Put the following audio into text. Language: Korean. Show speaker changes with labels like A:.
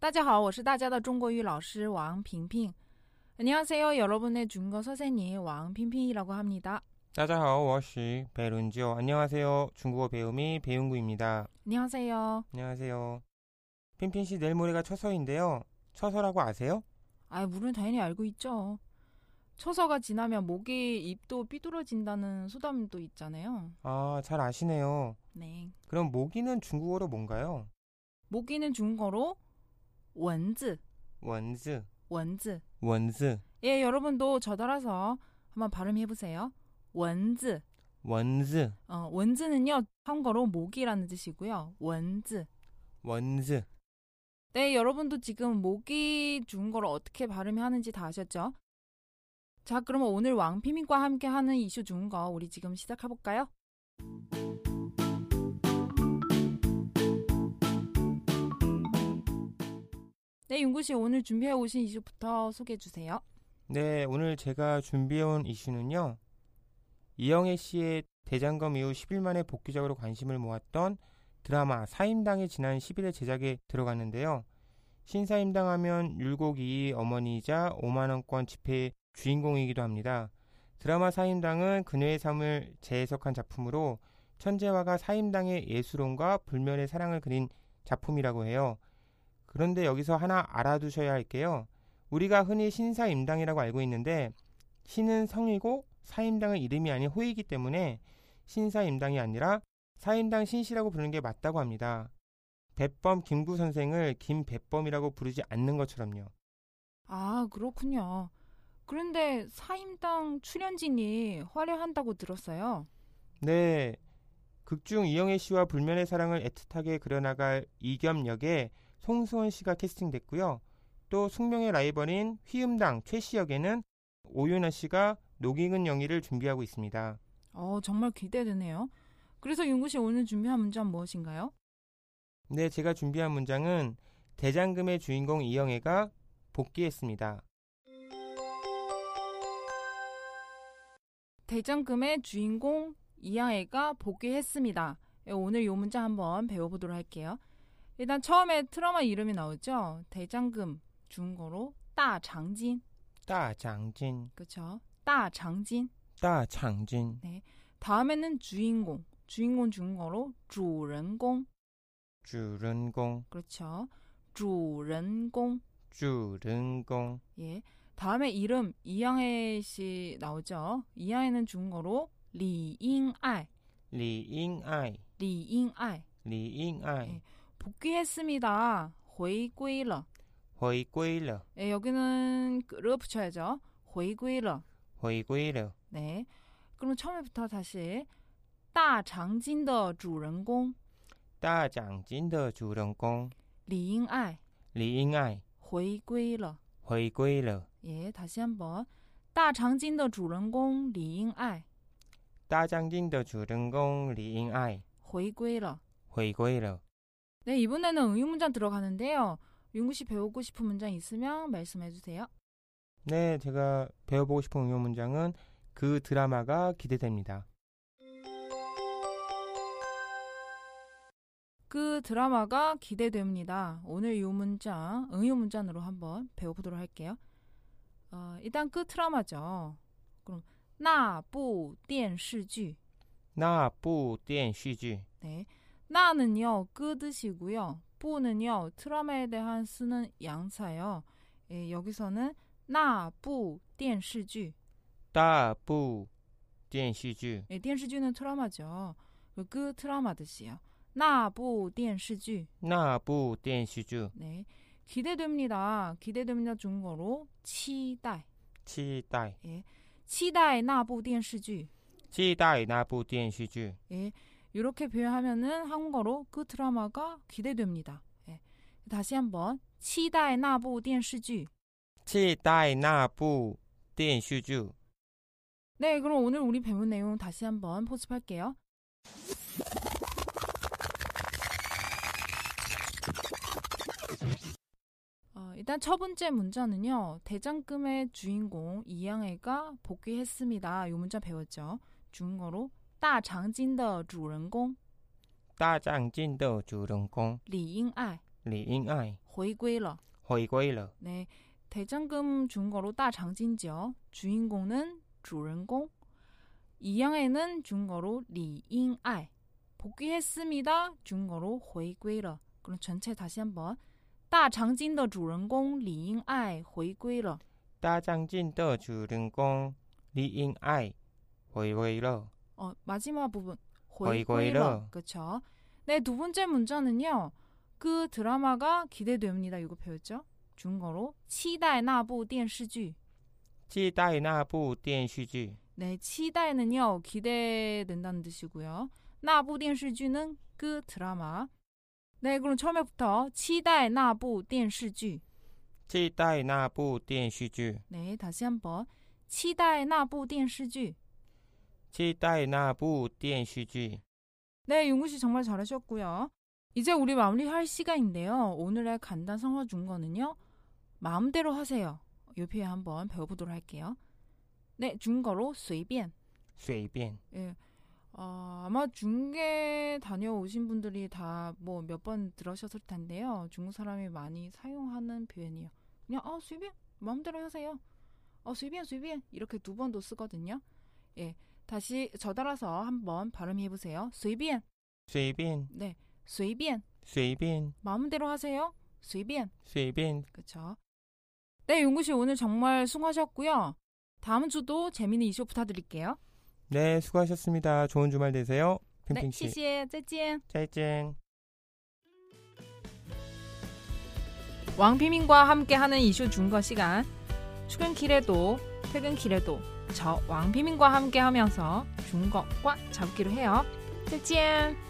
A: 따지하 我是大家的中国语老师王平平 안녕하세요 여러분의 중국어 선생님 왕핑핑이라고 합니다.
B: 大家好，我是北伦就。 안녕하세요. 중국어 배움이 배용구입니다.
A: 안녕하세요.
B: 안녕하세요. 핀핀 씨 내일 모레가 처서인데요. 처서라고 아세요?
A: 아, 물론 당연히 알고 있죠. 처서가 지나면 목이 입도 삐뚤어진다는 소담도 있잖아요.
B: 아, 잘 아시네요.
A: 네.
B: 그럼 모기는 중국어로 뭔가요?
A: 모기는 중국어로 원즈,
B: 원즈,
A: 원즈.
B: 원즈,
A: 예, 여러분도 저 따라서 한번 발음해 보세요. 원즈.
B: 원즈,
A: 어, 원즈는요, 한국어로 목이라는 뜻이고요. 원즈.
B: 원즈.
A: 네, 여러분도 지금 모기 중국어로 어떻게 발음하는지 다 아셨죠? 자, 그러면 오늘 왕피민과 함께 하는 이슈 중국어 우리 지금 시작해 볼까요? 네, 윤구 씨 오늘 준비해 오신 이슈부터 소개해 주세요.
B: 네, 오늘 제가 준비해온 이슈는요. 이영애 씨의 대장검 이후 10일 만에 복귀작으로 관심을 모았던 드라마 사임당이 지난 10일에 제작에 들어갔는데요. 신사임당 하면 율곡이 어머니이자 5만원권 지폐의 주인공이기도 합니다. 드라마 사임당은 그녀의 삶을 재해석한 작품으로 천재화가 사임당의 예술혼과 불멸의 사랑을 그린 작품이라고 해요. 그런데 여기서 하나 알아두셔야 할게요. 우리가 흔히 신사임당이라고 알고 있는데 신은 성이고 사임당은 이름이 아닌 호이기 때문에 신사임당이 아니라 사임당 신씨라고 부르는 게 맞다고 합니다. 배범 김구 선생을 김배범이라고 부르지 않는 것처럼요.
A: 아, 그렇군요. 그런데 사임당 출연진이 화려한다고 들었어요.
B: 네. 극중 이영애 씨와 불면의 사랑을 애틋하게 그려나갈 이겸 역에 송수원 씨가 캐스팅됐고요. 또 숙명의 라이벌인 휘음당 최 씨 역에는 오윤아 씨가 노기근 영희를 준비하고 있습니다.
A: 어, 정말 기대되네요. 그래서 윤구 씨 오늘 준비한 문제는 무엇인가요?
B: 네, 제가 준비한 문장은 대장금의 주인공 이영애가 복귀했습니다.
A: 대장금의 주인공 이하애가 복귀했습니다. 예, 오늘 요 문장 한번 배워보도록 할게요. 일단 처음에 트라마 이름이 나오죠. 대장금 중국어로 따장진
B: 따장진,
A: 그렇죠? 따장진
B: 따장진,
A: 다음에는 주인공 주인공 중국어로 주인공
B: 주른공,
A: 그렇죠? 주인공
B: 주른공,
A: 예 다음에 이름 이양애 씨 나오죠. 이양애는 중국어로 리잉알
B: 리잉아이,
A: 리잉알
B: 리잉아이,
A: 네. 복귀했습니다. 回归了
B: 回归了,
A: 예, 여기는 를 붙여야죠. 回归了.
B: 回归了,
A: 네. 그럼 처음부터 다시 大长今的主人公
B: 따장진의 주른공,
A: 李英爱
B: 리잉아이,
A: 回归了.
B: 回归了,
A: 예, 다시 한번 大长今的主人公李英爱
B: 따장진의 주른공, 리잉아이,
A: 回归了.
B: 回归了.
A: 네, 이번에는 응용 문장 들어가는데요. 윤구 씨 배우고 싶은 문장 있으면 말씀해 주세요.
B: 네, 제가 배워보고 싶은 응용 문장은 그 드라마가 기대됩니다.
A: 그 드라마가 기대됩니다. 오늘 이 문장, 응유 문장으로 한번 배워보도록 할게요. 어, 일단 그 드라마죠. 그럼 나부 电视剧.
B: 나부 电视剧,
A: 네. 나는요, 그 뜻이고요. 부는요, 드라마에 대한 쓰는 양사요. 예, 여기서는 나부 电视剧.
B: 따부 电视剧,
A: 예, 电视剧는 드라마죠. 그 드라마 뜻이에요. 나부 电视剧.
B: 나부 电视剧,
A: 네. 기대됩니다. 기대됩니다. 중국어로 치다.
B: 期待,
A: 치다의 나부 电视剧.
B: 期待 나부 电视剧.
A: 예. 이렇게 표현하면은 한국어로 그 드라마가 기대됩니다. 예. 다시 한번 치다의 나부 电视剧.
B: 契待那部电视剧
A: 네, 그럼 오늘 우리 배운 내용 다시 한번 포습할게요. 어, 일단 첫 번째 문자는요. 대장금의 주인공 이양애가 복귀했습니다. 이 문자 배웠죠. 중국어로 다장진의 주인공
B: 大长今的主人公
A: 리잉아이
B: 李英爱
A: 回归了.
B: 회귀了
A: 네, 대장금 중거로 따장진지요. 주인공은 주인공, 이양에는 중거로 리잉알, 복귀했습니다. 중거로 회귀러. 그럼 전체 다시 한번. 따장진의 주인공 리잉알 회귀러.
B: 大长今的主人公李英爱 회귀了
A: 어, 마지막 부분. 회귀러.
B: 회귀러.
A: 그렇죠. 네, 두 번째 문자는요. 그 드라마가 기대됩니다. 이거 배웠죠? 중거로 期待那部电视剧.
B: 期待那部电视剧
A: 네, 치다에는요 기대된다는 뜻이고요. 나부 电视剧는 그 드라마. 네, 그럼 처음에부터 치다의 나부 电视剧.
B: 期待那部电视剧
A: 네, 다시 한번 치다의 나부 电视剧.
B: 期待那部电视剧
A: 네, 용구 씨 정말 잘하셨고요. 이제 우리 마무리할 시간인데요. 오늘의 간단 성어 중거는요. 마음대로 하세요. 요 표현 한번 배워보도록 할게요. 네, 중거로 随便.
B: 随便
A: 예. 아, 아마 중계 다녀오신 분들이 다 뭐 몇 번 들으셨을 텐데요. 중국 사람이 많이 사용하는 표현이에요. 그냥 어, 수입이 마음대로 하세요. 어, 수입이 수입이 이렇게 두 번도 쓰거든요. 예. 다시 저달아서 한번 발음해 보세요. 수입이
B: 随便
A: 네. 수입이
B: 随便
A: 마음대로 하세요. 수입이
B: 随便
A: 그렇죠. 네, 용구 씨 오늘 정말 수고하셨고요. 다음 주도 재미있는 이슈 부탁드릴게요.
B: 네, 수고하셨습니다. 좋은 주말 되세요.
A: 네,
B: 핑핑 씨.
A: 谢谢,再见.
B: 再见.
A: 왕피민과 함께하는 이슈 준거 시간 출근길에도 퇴근길에도 저 왕피민과 함께하면서 준거꽉 잡기로 해요. 짜잔!